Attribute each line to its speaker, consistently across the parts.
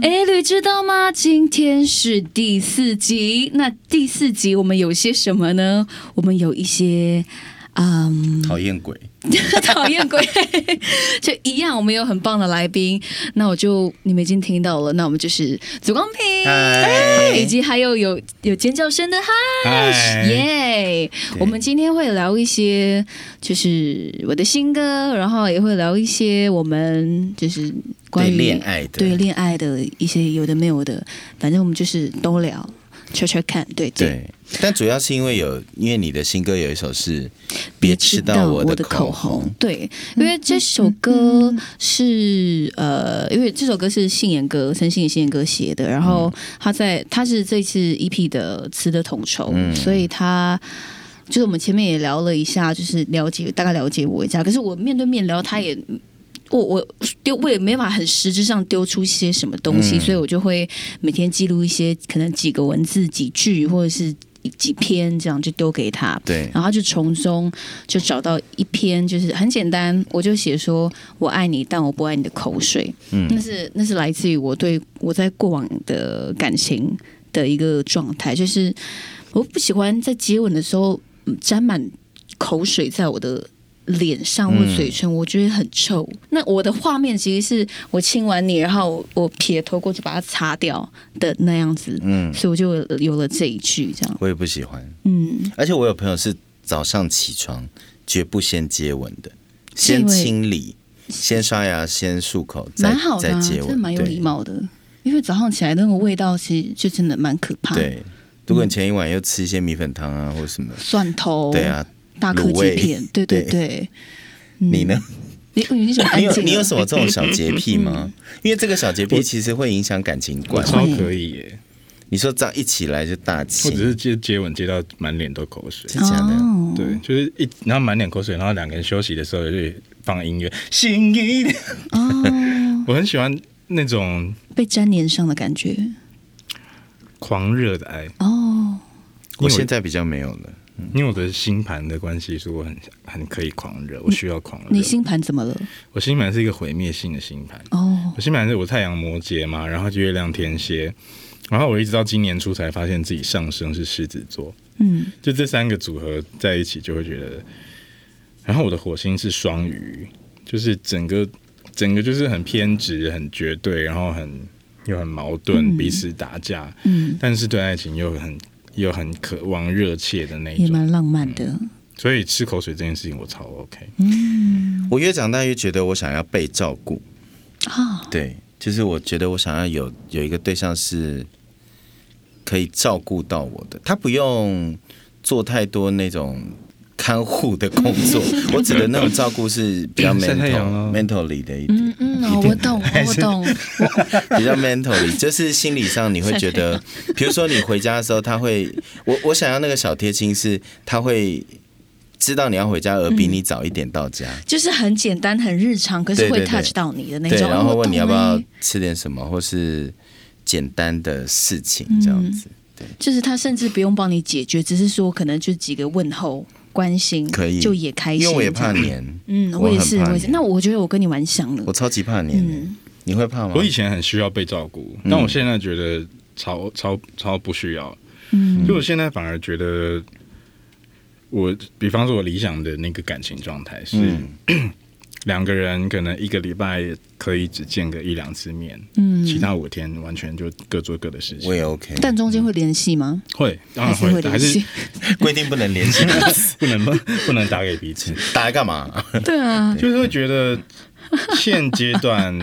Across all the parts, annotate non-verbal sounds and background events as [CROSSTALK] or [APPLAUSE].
Speaker 1: 哎，你知道吗？今天是第四集，那第四集我们有些什么呢？我们有一些，嗯，
Speaker 2: 讨厌鬼，
Speaker 1: [LAUGHS] 讨厌鬼， [LAUGHS] 就一样。我们有很棒的来宾，那我就你们已经听到了，那我们就是祖光哎
Speaker 2: 嗨
Speaker 1: 平，以及还有有有尖叫声的
Speaker 2: 嗨
Speaker 1: 嗨耶！我们今天会聊一些就是我的新歌，然后也会聊一些我们就是关
Speaker 2: 对
Speaker 1: 于
Speaker 2: 恋爱的，
Speaker 1: 对恋爱的一些有的没有的，反正我们就是都聊。圈圈看，对对，
Speaker 2: 对，但主要是因为有，因为你的新歌有一首是《别吃到我的口红》，
Speaker 1: 对，因为这首歌是呃，因为这首歌是信言哥陈信言信言哥写的，然
Speaker 2: 嗯
Speaker 1: 后他在他是这次 EP 的词的统筹，
Speaker 2: 嗯
Speaker 1: 所以他。就是我们前面也聊了一下，就是了解大概了解我一下，可是我面对面聊，他也我我丢我也没法很实质上丢出些什么东西，
Speaker 2: 嗯
Speaker 1: 所以我就会每天记录一些可能几个文字、几句或者是几篇这样就丢给他，
Speaker 2: 对，
Speaker 1: 然后他就从中就找到一篇，就是很简单，我就写说我爱你，但我不爱你的口水。
Speaker 2: 嗯
Speaker 1: 那是那是来自于我对我在过往的感情的一个状态，就是我不喜欢在接吻的时候嗯沾满口水在我的。脸上或
Speaker 2: 嗯
Speaker 1: 嘴唇，我觉得很臭。那我的画面其实是我亲完你，然后我撇头过去把它擦掉的那样子，
Speaker 2: 嗯，
Speaker 1: 所以我就有了这一句，这样，
Speaker 2: 我也不喜欢，
Speaker 1: 嗯，
Speaker 2: 而且我有朋友是早上起床绝不先接吻的，
Speaker 1: 是因
Speaker 2: 先
Speaker 1: 为
Speaker 2: 清理，先刷牙，先漱口，再
Speaker 1: 蛮好的、
Speaker 2: 再
Speaker 1: 啊，
Speaker 2: 接
Speaker 1: 真的
Speaker 2: 吻，
Speaker 1: 蛮有
Speaker 2: 对
Speaker 1: 礼貌的。因为早上起来的那个味道，其实就真的蛮可怕的。
Speaker 2: 对，如果你前一晚又吃一些米粉汤
Speaker 1: 嗯
Speaker 2: 啊或什么，
Speaker 1: 蒜头，
Speaker 2: 对，啊，
Speaker 1: 大科
Speaker 2: 卤
Speaker 1: 技
Speaker 2: 味
Speaker 1: 片，对对
Speaker 2: 对
Speaker 1: 对。
Speaker 2: 你
Speaker 1: [LAUGHS]
Speaker 2: 呢？
Speaker 1: 你你怎么嗯安
Speaker 2: 你有
Speaker 1: 静了
Speaker 2: 你有什么这种小洁
Speaker 1: [LAUGHS]
Speaker 2: 癖吗？因为这个小洁癖其实会影响感情
Speaker 3: 我
Speaker 2: 观。
Speaker 3: 超可以耶，
Speaker 2: 你说这样一起来就大
Speaker 3: 我
Speaker 2: 气，
Speaker 3: 只是接接吻接到满脸都口水，
Speaker 2: 真假的？
Speaker 1: 哦
Speaker 3: 对，就是一然后满脸口水，然后两个人休息的时候就放音乐，心一点，
Speaker 1: 哦，
Speaker 2: [LAUGHS]
Speaker 3: 我很喜欢那种
Speaker 1: 被粘连上的感觉
Speaker 3: 狂热的爱，
Speaker 1: 哦。
Speaker 2: 我现在比较没有了。
Speaker 3: 因为我的星盘的关系，所以我很很可以狂热，我需要狂
Speaker 1: 你
Speaker 3: 热。
Speaker 1: 星盘怎么了？
Speaker 3: 我星盘是一个毁灭性的星盘，
Speaker 1: 哦
Speaker 3: 我星盘是我太阳摩羯嘛，然后月亮天蝎，然后我一直到今年初才发现自己上升是狮子座，
Speaker 1: 嗯，
Speaker 3: 就这三个组合在一起，就会觉得。然后我的火星是双鱼，就是整个整个就是很偏执、很绝对，然后很又很矛盾，
Speaker 1: 嗯
Speaker 3: 彼此打架，
Speaker 1: 嗯，
Speaker 3: 但是对爱情又很又很渴望、热切的那一
Speaker 1: 嗯也
Speaker 3: 种。
Speaker 1: 蛮浪漫的。
Speaker 3: 所以吃口水这件事情我超 OK。
Speaker 2: 我越长大越觉得我想要被照顾，
Speaker 1: 啊，
Speaker 2: 对，就是我觉得我想要有有一个对象是可以照顾到我的，他不用做太多那种看护的工作，我指的那种照顾是比较
Speaker 3: 晒太阳啊
Speaker 2: mental mentally 的一点。
Speaker 1: 嗯嗯，哦我懂，我
Speaker 2: [LAUGHS]
Speaker 1: 懂。
Speaker 2: 比较 mentally，就是心理上你会觉得，比如说你回家的时候，他会，我我想要那个小贴心是，他会知道你要回家，而比你早一点到家，
Speaker 1: 就是很简单、很日常，可是
Speaker 2: 对
Speaker 1: 会
Speaker 2: 对对
Speaker 1: touch 到你的那
Speaker 2: 对，
Speaker 1: 种。
Speaker 2: 然
Speaker 1: 哦
Speaker 2: 后
Speaker 1: 我
Speaker 2: 问你
Speaker 1: 懂
Speaker 2: 要不要
Speaker 1: 欸
Speaker 2: 吃点什么，或是简单的事情这样子，
Speaker 1: 嗯就是他甚至不用帮你解决，只是说可能就几个问候、关心，
Speaker 2: 可以
Speaker 1: 就也开心。
Speaker 2: 因为我也怕
Speaker 1: 这样，
Speaker 2: 黏，
Speaker 1: 嗯，
Speaker 2: 我
Speaker 1: 我也
Speaker 2: 很
Speaker 1: 是，
Speaker 2: 怕
Speaker 1: 我也是。
Speaker 2: 黏
Speaker 1: 那我觉得我跟你蛮像的
Speaker 2: 我，超级怕黏的，
Speaker 1: 嗯
Speaker 2: 你会怕吗？
Speaker 3: 我以前很需要被照顾，但
Speaker 2: 嗯
Speaker 3: 我现在觉得超超超不需要。
Speaker 1: 嗯，
Speaker 3: 就我现在反而觉得我，比方说我理想的那个感情状态是
Speaker 2: 嗯，
Speaker 3: [CLEARS THROAT] 两个人可能一个礼拜可以只见个一两次面，
Speaker 1: 嗯
Speaker 3: 其他五天完全就各做各的事
Speaker 2: 我
Speaker 3: 情。
Speaker 2: 也 OK，
Speaker 1: 但中间会联系吗？
Speaker 3: 会，
Speaker 2: 啊
Speaker 3: 当
Speaker 1: 还
Speaker 3: 然
Speaker 1: 是会
Speaker 3: 会，还
Speaker 1: 联
Speaker 3: 是
Speaker 2: [LAUGHS]
Speaker 1: 系？
Speaker 2: 规定不能联系，
Speaker 3: [LAUGHS] 不能不能打给彼此，
Speaker 2: 打来
Speaker 1: [LAUGHS]
Speaker 2: 干嘛？
Speaker 1: 对啊，
Speaker 3: 就是会觉得现阶段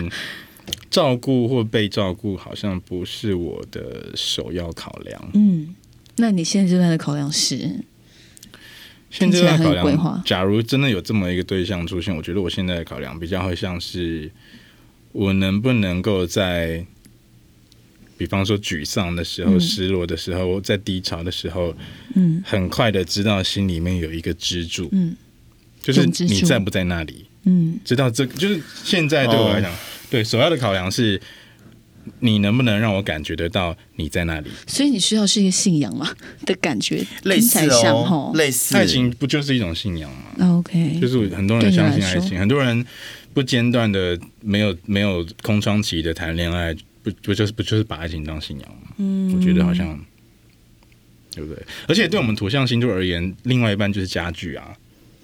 Speaker 3: 照顾或被照顾好像不是我的首要考量。
Speaker 1: 嗯，那你现在阶段的考量是，
Speaker 3: 现
Speaker 1: 听起
Speaker 3: 阶
Speaker 1: 来
Speaker 3: 段
Speaker 1: 很
Speaker 3: 考
Speaker 1: 有规划
Speaker 3: 量，假如真的有这么一个对象出现，我觉得我现在的考量比较会像是我能不能够在，比方说沮丧的时候、
Speaker 1: 嗯
Speaker 3: 失落的时候、在低潮的时候，
Speaker 1: 嗯
Speaker 3: 很快的知道心里面有一个支柱，
Speaker 1: 嗯
Speaker 3: 就是
Speaker 1: 有支柱
Speaker 3: 你在不在那里。
Speaker 1: 嗯
Speaker 3: 知道这就是现在对我来讲，
Speaker 1: 哦
Speaker 3: 对首要的考量是，你能不能让我感觉得到你在那里？
Speaker 1: 所以你需要是一个信仰嘛的感觉，
Speaker 2: 类
Speaker 1: 听起来
Speaker 2: 似
Speaker 1: 像
Speaker 2: 哦
Speaker 1: 吼，
Speaker 2: 类似
Speaker 3: 爱情不就是一种信仰吗？
Speaker 1: 啊 OK，
Speaker 3: 就是很多人相信爱
Speaker 1: 对你来
Speaker 3: 情，很多人不间断的没有没有空窗期的谈恋爱，不不就是不就是把爱情当信仰吗？嗯，我觉得好像对不对？而且对我们土象星座而言，另外一半就是家具啊，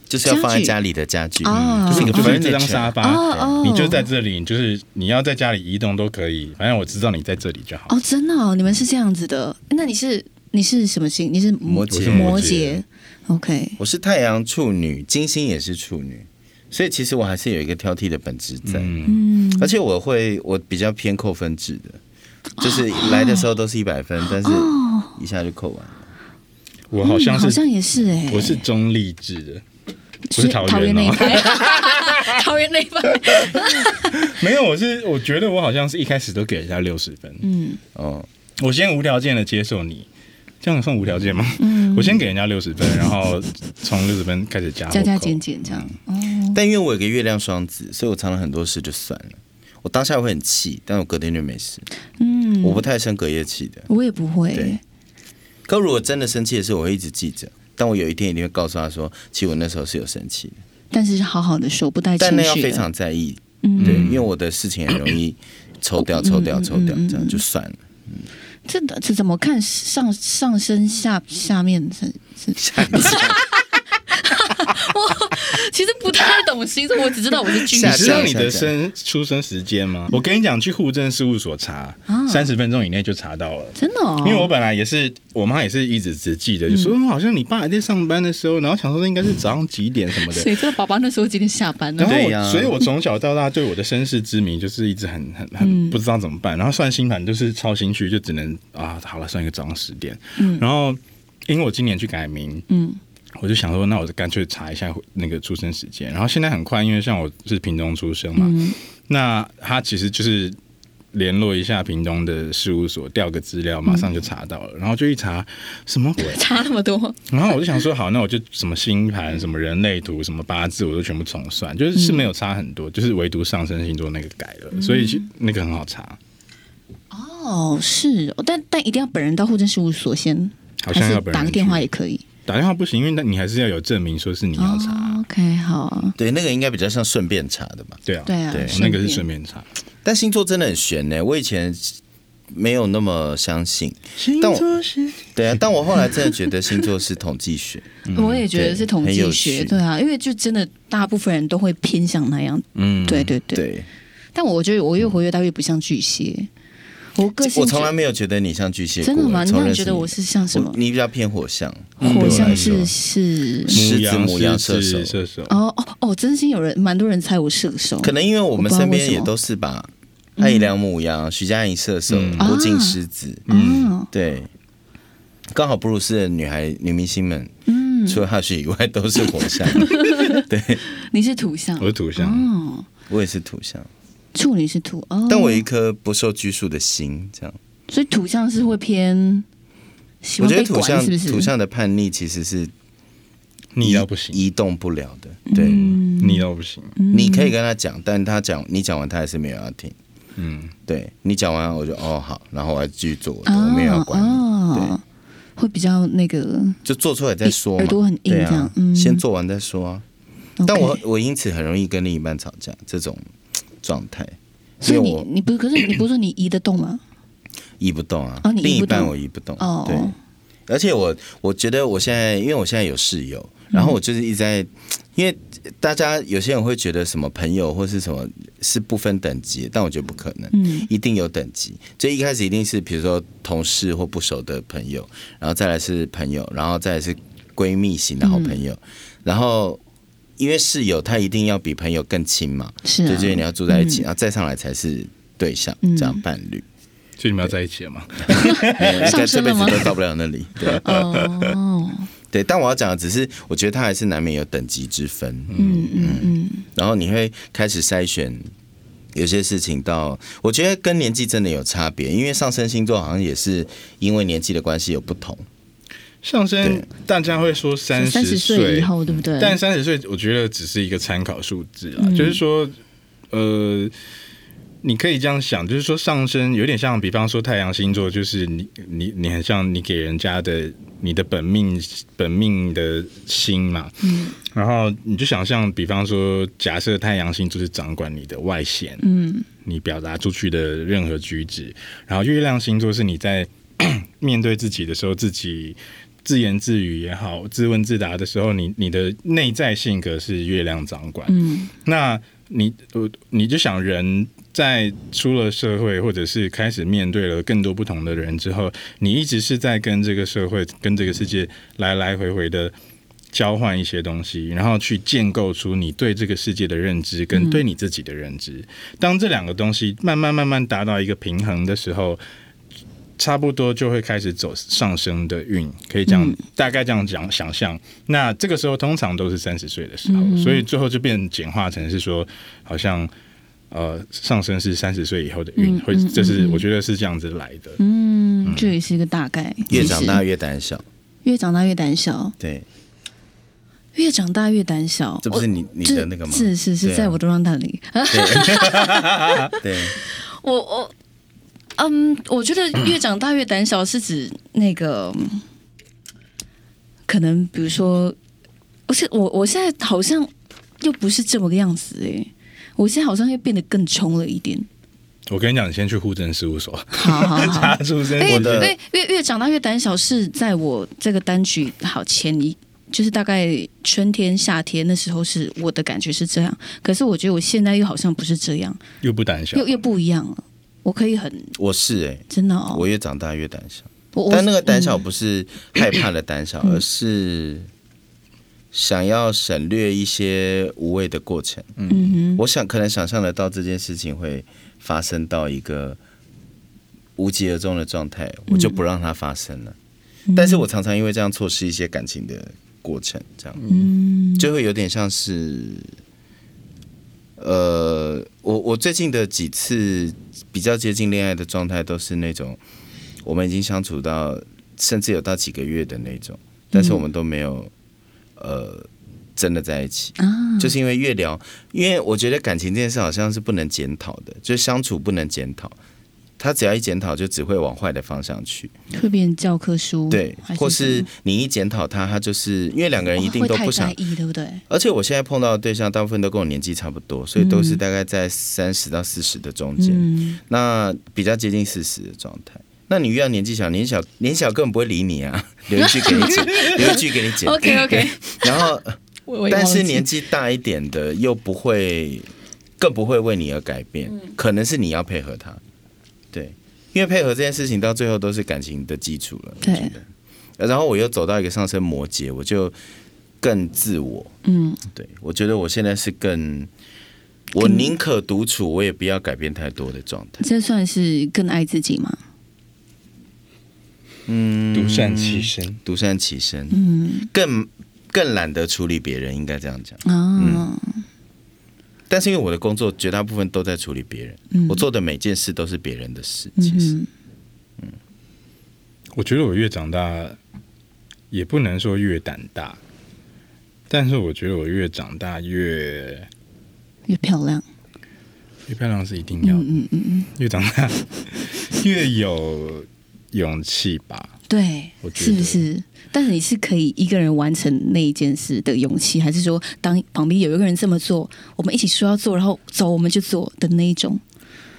Speaker 2: 就是要放在家里的家具，嗯
Speaker 1: 哦
Speaker 2: 就是你
Speaker 3: 就
Speaker 2: 不
Speaker 3: 是
Speaker 2: 是
Speaker 3: 这张沙发，
Speaker 1: 哦哦
Speaker 3: 你就在这里，你就是你要在家里移动都可以，反正我知道你在这里就好。
Speaker 1: 哦，真的哦，你们是这样子的。那你是你是什么星？你是
Speaker 2: 摩
Speaker 3: 我是
Speaker 2: 羯，
Speaker 1: 摩
Speaker 3: 摩羯
Speaker 1: 羯？OK，
Speaker 2: 我是太阳处女，金星也是处女，所以其实我还是有一个挑剔的本质在。
Speaker 3: 嗯，
Speaker 2: 而且我会，我比较偏扣分制的，就是来的时候都是一百分，但是一下就扣完了。
Speaker 3: 我好像
Speaker 1: 嗯好
Speaker 3: 是
Speaker 1: 像也是哎、
Speaker 3: 我是中立制的，
Speaker 1: 所
Speaker 3: 我是
Speaker 1: 以
Speaker 3: 桃园
Speaker 1: 桃园那一
Speaker 3: 哦 [LAUGHS]
Speaker 1: 派，桃园那一派。
Speaker 3: 没有，我是我觉得我好像是一开始都给人家六十分，
Speaker 1: 嗯，
Speaker 2: 哦，
Speaker 3: 我先无条件的接受你，这样算无条件吗？嗯，我先给人家六十分，然后从六十分开始加
Speaker 1: 加加
Speaker 3: 或扣
Speaker 1: 减减这样。哦，
Speaker 2: 但因为我有个月亮双子，所以我常常很多事就算了。我当下会很气，但我隔天就没事。
Speaker 1: 嗯，
Speaker 2: 我不太生隔夜气的。
Speaker 1: 我也不会、
Speaker 2: 对可如果真的生气的事，我会一直记着。但我有一天一定会告诉他说，其实我那时候是有生气的，
Speaker 1: 但是是好好的手不带情
Speaker 2: 但
Speaker 1: 绪的。
Speaker 2: 那要非常在意，
Speaker 1: 嗯
Speaker 2: 对，因为我的事情很容易抽掉、抽掉、抽掉，这样
Speaker 1: 嗯
Speaker 2: 就算了。
Speaker 1: 这这怎么看上上身下下面是是？ [LAUGHS] 我其实不太懂星座，我只知道我是巨
Speaker 2: 下
Speaker 3: 你知
Speaker 1: 蟹。
Speaker 3: 道你的生出生时间吗？我跟你讲，去户政事务所查
Speaker 1: 啊，
Speaker 3: 三十分钟以内就查到了。
Speaker 1: 真的哦，
Speaker 3: 因为我本来也是，我妈也是一直只记得，就说、嗯、好像你爸还在上班的时候，然后想说应该是早上几点什么的。
Speaker 1: 谁知道爸爸那时候几点下班呢
Speaker 3: 然？后
Speaker 2: 对
Speaker 3: 我，
Speaker 2: 呀
Speaker 3: 所以我从小到大对我的身世之谜就是一直很很很不知道怎么办。然后算星盘就是超心虚，就只能啊，好了，算一个早上十点。然后因为我今年去改名，
Speaker 1: 嗯，
Speaker 3: 我就想说，那我就干脆查一下那个出生时间。然后现在很快，因为像我是屏东出生嘛，那他其实就是联络一下屏东的事务所调个资料，马上就查到了。然后就一查，什么鬼？
Speaker 1: 差那么多，
Speaker 3: 然后我就想说，好，那我就什么星盘、什么人类图、什么八字，我都全部重算，就是是没有差很多，就是唯独上升星座那个改了，所以其那个很好查，
Speaker 1: 哦，是哦，但但一定要本人到户政事务所先，
Speaker 3: 好像
Speaker 1: 还
Speaker 3: 要
Speaker 1: 是
Speaker 3: 本人
Speaker 1: 打个电话
Speaker 3: 去
Speaker 1: 也可以。
Speaker 3: 打电话不行，因为那你还是要有证明说是你要查，
Speaker 1: 哦、OK，好啊，
Speaker 2: 对，那个应该比较像顺便查的吧。
Speaker 3: 对啊，
Speaker 1: 对啊
Speaker 2: 对
Speaker 3: 那个是顺
Speaker 1: 顺
Speaker 3: 便查。
Speaker 2: 但星座真的很悬呢、我以前没有那么相信，
Speaker 3: 星
Speaker 2: 但我
Speaker 3: 座是
Speaker 2: 对啊，但我后来真的觉得星座是统计学，
Speaker 1: 我也觉得是统
Speaker 2: 对很
Speaker 1: 计
Speaker 2: 有
Speaker 1: 学，
Speaker 2: 趣
Speaker 1: 对啊，因为就真的大部分人都会偏向那样，
Speaker 3: 嗯，
Speaker 1: 对 [LAUGHS] 对对。
Speaker 2: 对
Speaker 1: 但我觉得我越活越大越不像巨蟹，我个性
Speaker 2: 我从
Speaker 1: 觉
Speaker 2: 来没有觉得你像巨蟹过，
Speaker 1: 真的吗？你
Speaker 2: 从
Speaker 1: 那
Speaker 2: 认
Speaker 1: 你
Speaker 2: 识
Speaker 1: 觉得我是像什么
Speaker 2: 我？你比较偏火象，嗯
Speaker 1: 火象
Speaker 2: 对我
Speaker 1: 是
Speaker 2: 来说
Speaker 1: 是
Speaker 2: 狮
Speaker 3: 母
Speaker 2: 子、
Speaker 3: 羊、
Speaker 2: 母羊、射
Speaker 3: 狮
Speaker 2: 手
Speaker 3: 子，射手，
Speaker 1: 哦哦哦，真心有人蛮多人猜我射手，
Speaker 2: 可能因为我们
Speaker 1: 我不知道
Speaker 2: 身
Speaker 1: 为
Speaker 2: 边
Speaker 1: 什么
Speaker 2: 也都是吧，艾怡良母羊、徐佳莹射手、
Speaker 3: 嗯
Speaker 2: 郭靖
Speaker 1: 啊
Speaker 2: 狮子，
Speaker 1: 嗯
Speaker 2: 对，刚好布鲁斯的女孩女明星们，
Speaker 1: 嗯，
Speaker 2: 除了哈雪以外都是火
Speaker 1: [LAUGHS]
Speaker 2: 象，
Speaker 1: 你是土象
Speaker 3: 我是土象，
Speaker 1: 哦，
Speaker 2: 我也是土象，
Speaker 1: 处女是土哦，
Speaker 2: 但我有一颗不受拘束的心，这样。
Speaker 1: 所以土象是会偏喜
Speaker 2: 我
Speaker 1: 欢
Speaker 2: 觉
Speaker 1: 被
Speaker 2: 得土
Speaker 1: 管，
Speaker 2: 象
Speaker 1: 是不是？
Speaker 2: 土象的叛逆其实是
Speaker 3: 你要不行，
Speaker 2: 移动不了的，
Speaker 1: 嗯
Speaker 2: 对，
Speaker 3: 你要不行，
Speaker 2: 你可以跟他讲，但他讲你讲完他还是没有要听，
Speaker 3: 嗯，
Speaker 2: 对你讲完我就哦好，然后我还继续做我的，
Speaker 1: 哦
Speaker 2: 我没有要管你，
Speaker 1: 哦，会比较那个，
Speaker 2: 就做出来再说嘛，
Speaker 1: 耳朵很硬
Speaker 2: 对
Speaker 1: 这样
Speaker 2: 啊，
Speaker 1: 嗯
Speaker 2: 先做完再说啊。但
Speaker 1: OK
Speaker 2: 我我因此很容易跟另一半吵架，这种状态，
Speaker 1: 所以
Speaker 2: 因为
Speaker 1: 你
Speaker 2: 我
Speaker 1: 你不是可是你不是说你移得动吗？
Speaker 2: 移不动啊，
Speaker 1: 哦你移
Speaker 2: 另一
Speaker 1: 不动
Speaker 2: 半我移不动，
Speaker 1: 哦
Speaker 2: 对，而且我我觉得我现在，因为我现在有室友，
Speaker 1: 嗯
Speaker 2: 然后我就是一直在，因为大家有些人会觉得什么朋友或是什么是不分等级的，但我觉得不可能，
Speaker 1: 嗯
Speaker 2: 一定有等级。就一开始一定是比如说同事或不熟的朋友，然后再来是朋友，然后再来是闺蜜型的好
Speaker 1: 嗯
Speaker 2: 朋友，然后。因为室友他一定要比朋友更亲嘛，
Speaker 1: 是啊
Speaker 2: 对，就是你要住在一起，
Speaker 1: 嗯
Speaker 2: 然后再上来才是对象，
Speaker 1: 嗯
Speaker 2: 这样伴侣，
Speaker 3: 所以你们要在一起了吗？
Speaker 1: [LAUGHS]
Speaker 2: 没有应该
Speaker 1: 上
Speaker 2: 这
Speaker 1: 升
Speaker 2: 辈
Speaker 1: 了
Speaker 2: 子
Speaker 1: 吗
Speaker 2: 都到不了那里。对，
Speaker 1: 哦，
Speaker 2: [LAUGHS] 对，但我要讲的只是，我觉得他还是难免有等级之分，
Speaker 1: 嗯嗯嗯，
Speaker 2: 然后你会开始筛选。有些事情到，我觉得跟年纪真的有差别，因为上升星座好像也是因为年纪的关系有不同。
Speaker 3: 上升
Speaker 2: 对
Speaker 3: 大家会说三
Speaker 1: 三
Speaker 3: 十
Speaker 1: 十岁以后对不对？嗯
Speaker 3: 但三十岁，我觉得只是一个参考数字啊，就是说，呃，你可以这样想，就是说上升有点像，比方说太阳星座，就是你你你很像你给人家的你的本命本命的星嘛，嗯，然后你就想象，比方说假设太阳星座是掌管你的外显，
Speaker 1: 嗯
Speaker 3: 你表达出去的任何举止。然后月亮星座是你在 [CLEARS THROAT] 面对自己的时候，自己自言自语也好，自问自答的时候，你你的内在性格是月亮掌管。
Speaker 1: 嗯
Speaker 3: 那你呃，你就想人在出了社会，或者是开始面对了更多不同的人之后，你一直是在跟这个社会、跟这个世界来来回回的交换一些东西，然后去建构出你对这个世界的认知跟对你自己的认知。当这两个东西慢慢慢慢达到一个平衡的时候。差不多就会开始走上升的运，可以这样、
Speaker 1: 嗯
Speaker 3: 大概这样讲想象。那这个时候通常都是三十岁的时候，
Speaker 1: 嗯
Speaker 3: 所以最后就变简化成是说，好像呃上升是三十岁以后的运，
Speaker 1: 嗯
Speaker 3: 会
Speaker 1: 嗯
Speaker 3: 这是
Speaker 1: 嗯嗯
Speaker 3: 我觉得是这样子来的。
Speaker 1: 嗯，这也是一个大概。
Speaker 2: 越长大
Speaker 1: 其实
Speaker 2: 越胆
Speaker 1: 哦
Speaker 2: 小。
Speaker 1: 越长大越胆小，
Speaker 2: 对，
Speaker 1: 越长大越胆小。
Speaker 2: 这不是
Speaker 1: 我
Speaker 2: 你你的那个吗？
Speaker 1: 是是
Speaker 2: 对
Speaker 1: 是，
Speaker 2: 啊
Speaker 1: 在我的 round down 里，
Speaker 2: 对，
Speaker 1: 我我嗯，我觉得越长大越胆小是指那个，嗯可能比如说，而且我我现在好像又不是这么个样子诶、我现在好像又变得更冲了一
Speaker 2: [LAUGHS]
Speaker 1: 点。
Speaker 3: 我跟你讲，你先去户政事务所
Speaker 1: 好好
Speaker 3: [LAUGHS]
Speaker 2: [LAUGHS]
Speaker 3: 查
Speaker 1: 好，
Speaker 3: 出生
Speaker 1: 哎
Speaker 3: 我
Speaker 2: 我的
Speaker 1: 因为越越长大越胆小是在我这个单曲好前一。就是大概春天、夏天那时候是我的感觉是这样，可是我觉得我现在又好像不是这样，
Speaker 3: 又不胆小
Speaker 1: 又，又不一样了。我可以很
Speaker 2: 我是哎、
Speaker 1: 真的哦，
Speaker 2: 我越长大越胆小。
Speaker 1: 我嗯我
Speaker 2: 但那个胆小不是害怕的胆小，而是想要省略一些无谓的过程。
Speaker 1: 嗯哼，
Speaker 2: 我想可能想象得到这件事情会发生到一个无疾而终的状态，我
Speaker 1: 嗯
Speaker 2: 就不让它发生了。但是我常常因为这样错失一些感情的过程，这样，
Speaker 1: 嗯
Speaker 2: 就会有点像是，呃，我我最近的几次比较接近恋爱的状态，都是那种我们已经相处到甚至有到几个月的那种，但是我们都没有，呃，真的在一起。
Speaker 1: 啊，
Speaker 2: 就是因为越聊，因为我觉得感情这件事好像是不能检讨的，就是相处不能检讨，他只要一检讨就只会往坏的方向去，
Speaker 1: 会变教科书，
Speaker 2: 对，
Speaker 1: 还
Speaker 2: 或
Speaker 1: 什
Speaker 2: 是
Speaker 1: 么哦
Speaker 2: 你一检讨他，他就是因为两个人一定
Speaker 1: 会
Speaker 2: 都
Speaker 1: 太
Speaker 2: 不想
Speaker 1: 在，意，对不对？
Speaker 2: 而且我现在碰到的对象大部分都跟我年纪差不多，所以都是大概在三十到四十的中间，
Speaker 1: 嗯，
Speaker 2: 那比较接近四十的状态。那你遇到年纪小，年纪小年纪小根本不会理
Speaker 1: [LAUGHS]
Speaker 2: 你啊，留一句给你剪，留一句给你剪。
Speaker 1: OK，OK
Speaker 2: 对然后
Speaker 1: [LAUGHS] 我我也
Speaker 2: 但
Speaker 1: 忘
Speaker 2: 是
Speaker 1: 记
Speaker 2: 年纪大一点的又不会，更不会为你而改变，
Speaker 1: 嗯
Speaker 2: 可能是你要配合他，对，因为配合这件事情到最后都是感情的基础了。我
Speaker 1: 对
Speaker 2: 觉得，然后我又走到一个上升摩羯，我就更自我，
Speaker 1: 嗯，
Speaker 2: 对我觉得我现在是更，我宁可独处，我也不要改变太多的状态。
Speaker 1: 这算是更爱自己吗？
Speaker 3: 独善其身。
Speaker 2: 独善其身，
Speaker 1: 嗯
Speaker 2: 更更懒得处理别人，应该这样讲。
Speaker 1: 啊，
Speaker 2: 但是因为我的工作绝大部分都在处理别人，
Speaker 1: 嗯
Speaker 2: 我做的每件事都是别人的事，
Speaker 1: 嗯
Speaker 2: 其实。
Speaker 1: 哼
Speaker 3: 我觉得我越长大，也不能说越胆大，但是我觉得我越长大越
Speaker 1: 越漂亮，
Speaker 3: 越漂亮是一定要的，
Speaker 1: 嗯嗯嗯嗯，
Speaker 3: 越长大越有勇气吧。
Speaker 1: 对
Speaker 3: 我，觉
Speaker 1: 是
Speaker 3: 得
Speaker 1: 不是？但是你是可以一个人完成那一件事的勇气，还是说当旁边有一个人这么做，我们一起说要做，然后走我们就做的那一种？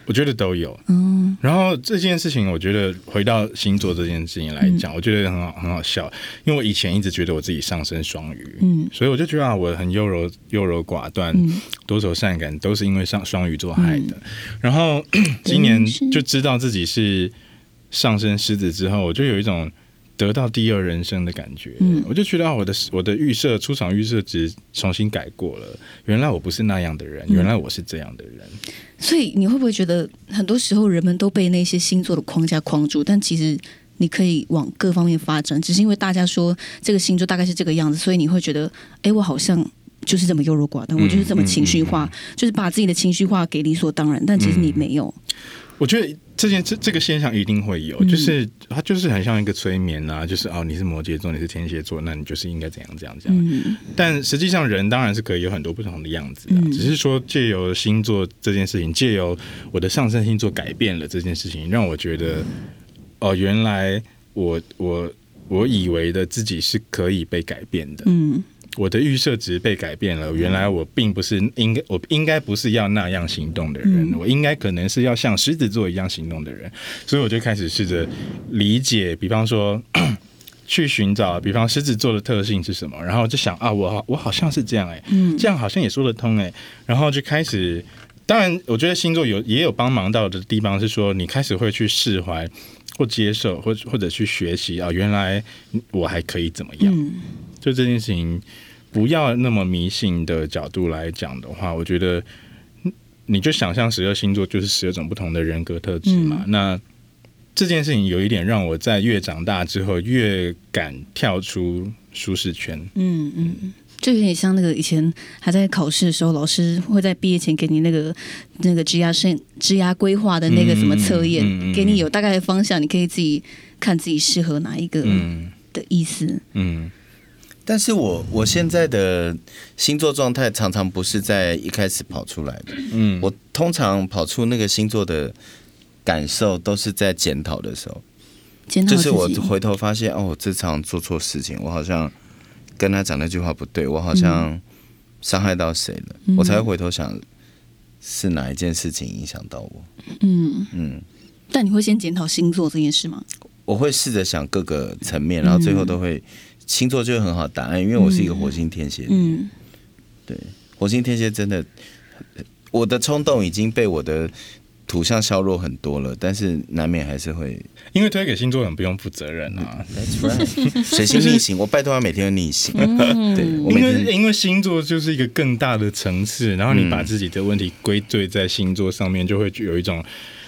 Speaker 3: 我觉得都有，
Speaker 1: 嗯
Speaker 3: 然后这件事情，我觉得回到星座这件事情来
Speaker 1: 嗯
Speaker 3: 讲，我觉得很好很好笑，因为我以前一直觉得我自己上升双鱼，
Speaker 1: 嗯
Speaker 3: 所以我就觉得啊，我很优柔优柔寡断，
Speaker 1: 嗯
Speaker 3: 多愁善感，都是因为上双鱼座害的。然后 [CLEARS THROAT]
Speaker 1: 嗯
Speaker 3: 今年就知道自己是上升狮子之后，我就有一种得到第二人生的感觉。
Speaker 1: 嗯
Speaker 3: 我就觉得啊，我的我的预设出场预设值重新改过了，原来我不是那样的人，
Speaker 1: 嗯
Speaker 3: 原来我是这样的人。
Speaker 1: 所以你会不会觉得，很多时候人们都被那些星座的框架框住，但其实你可以往各方面发展，只是因为大家说这个星座大概是这个样子，所以你会觉得，哎，我好像就是这么优柔寡断，我
Speaker 3: 嗯
Speaker 1: 就是这么情绪化，就是把自己的情绪化给理所当然，但其实你没有。
Speaker 3: 嗯我觉得这件这这个现象一定会
Speaker 1: 嗯
Speaker 3: 有，就是它就是很像一个催眠啊，就是哦，你是摩羯座，你是天蝎座，那你就是应该怎样怎样怎样。
Speaker 1: 嗯
Speaker 3: 但实际上，人当然是可以有很多不同的样子、啊，
Speaker 1: 嗯
Speaker 3: 只是说借由星座这件事情，借由我的上升星座改变了这件事情，让我觉得，哦、原来我我我以为的自己是可以被改变的，
Speaker 1: 嗯
Speaker 3: 我的预设值被改变了，原来我并不是应该，我应该不是要那样行动的人，我应该可能是要像狮子座一样行动的人，所以我就开始试着理解，比方说。 [CLEARS THROAT] 去寻找，比方狮子座的特性是什么，然后就想啊，我好我好像是这样哎、这样好像也说得通哎、然后就开始，当然我觉得星座有也有帮忙到的地方是说，你开始会去释怀或接受，或或者去学习啊，原来我还可以怎么样，
Speaker 1: 嗯
Speaker 3: 就这件事情，不要那么迷信的角度来讲的话，我觉得嗯你就想象十二星座就是十二种不同的人格特质嘛。那这件事情有一点让我在越长大之后越敢跳出舒适圈。
Speaker 1: 嗯嗯，嗯，就有点像那个以前还在考试的时候，老师会在毕业前给你那个那个职涯生职涯规划的那个什么测验，
Speaker 3: 嗯嗯嗯嗯
Speaker 1: 给你有大概的方向，你可以自己看自己适合哪一个
Speaker 3: 嗯
Speaker 1: 的意思。
Speaker 3: 嗯
Speaker 2: 但是我我现在的星座状态常常不是在一开始跑出来的，
Speaker 3: 嗯，
Speaker 2: 我通常跑出那个星座的感受都是在检讨的时候，
Speaker 1: 检讨
Speaker 2: 就
Speaker 1: 自己
Speaker 2: 是我回头发现哦，我这场做错事情，我好像跟他讲那句话不对，我好像伤害到谁了，
Speaker 1: 嗯
Speaker 2: 我才会回头想是哪一件事情影响到我。
Speaker 1: 嗯，
Speaker 2: 嗯，
Speaker 1: 但你会先检讨星座这件事吗？
Speaker 2: 我会试着想各个层面，然后最后都会、星座就会很好答案，因为我是一个火星天蝎的人
Speaker 1: 嗯嗯
Speaker 2: 火星天蝎真的，我的冲动已经被我的土象削弱很多了，但是难免还
Speaker 1: [LAUGHS]
Speaker 2: 是会。
Speaker 3: 因为推给星座很不用负责任啊，
Speaker 2: That's right，水星逆行，我拜托他每天都逆行。
Speaker 1: 嗯
Speaker 2: [LAUGHS] 对，我每
Speaker 3: 因为
Speaker 2: 天
Speaker 3: 因为星座就是一个更大的层次，然后你
Speaker 2: 嗯
Speaker 3: 把自己的问题归罪在星座上面，就会有一种，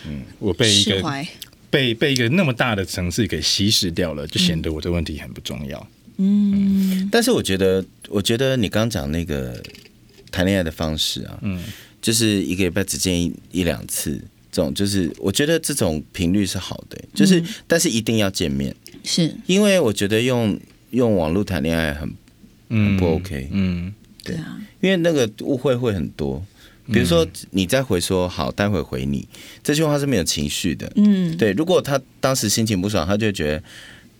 Speaker 3: 嗯，我被一个
Speaker 1: 释怀。
Speaker 3: 被被一个那么大的层次给稀释掉了，就显得我的问题很不重要。
Speaker 1: 嗯
Speaker 2: 但是我觉得，我觉得你刚讲那个谈恋爱的方式啊，
Speaker 3: 嗯
Speaker 2: 就是一个礼拜只见一一两次，这种就是我觉得这种频率是好
Speaker 3: 嗯
Speaker 2: 的、就是、但是一定要见面，
Speaker 1: 是，
Speaker 2: 因为我觉得用用网络谈恋爱很
Speaker 3: 嗯
Speaker 2: 不 OK
Speaker 3: 嗯
Speaker 1: 对啊，
Speaker 2: 因为那个误会会很多。比如
Speaker 3: 嗯
Speaker 2: 说，你再回说“好，待会回你”这句话是没有情绪的。
Speaker 1: 嗯
Speaker 2: 对，如果他当时心情不爽，他就会觉得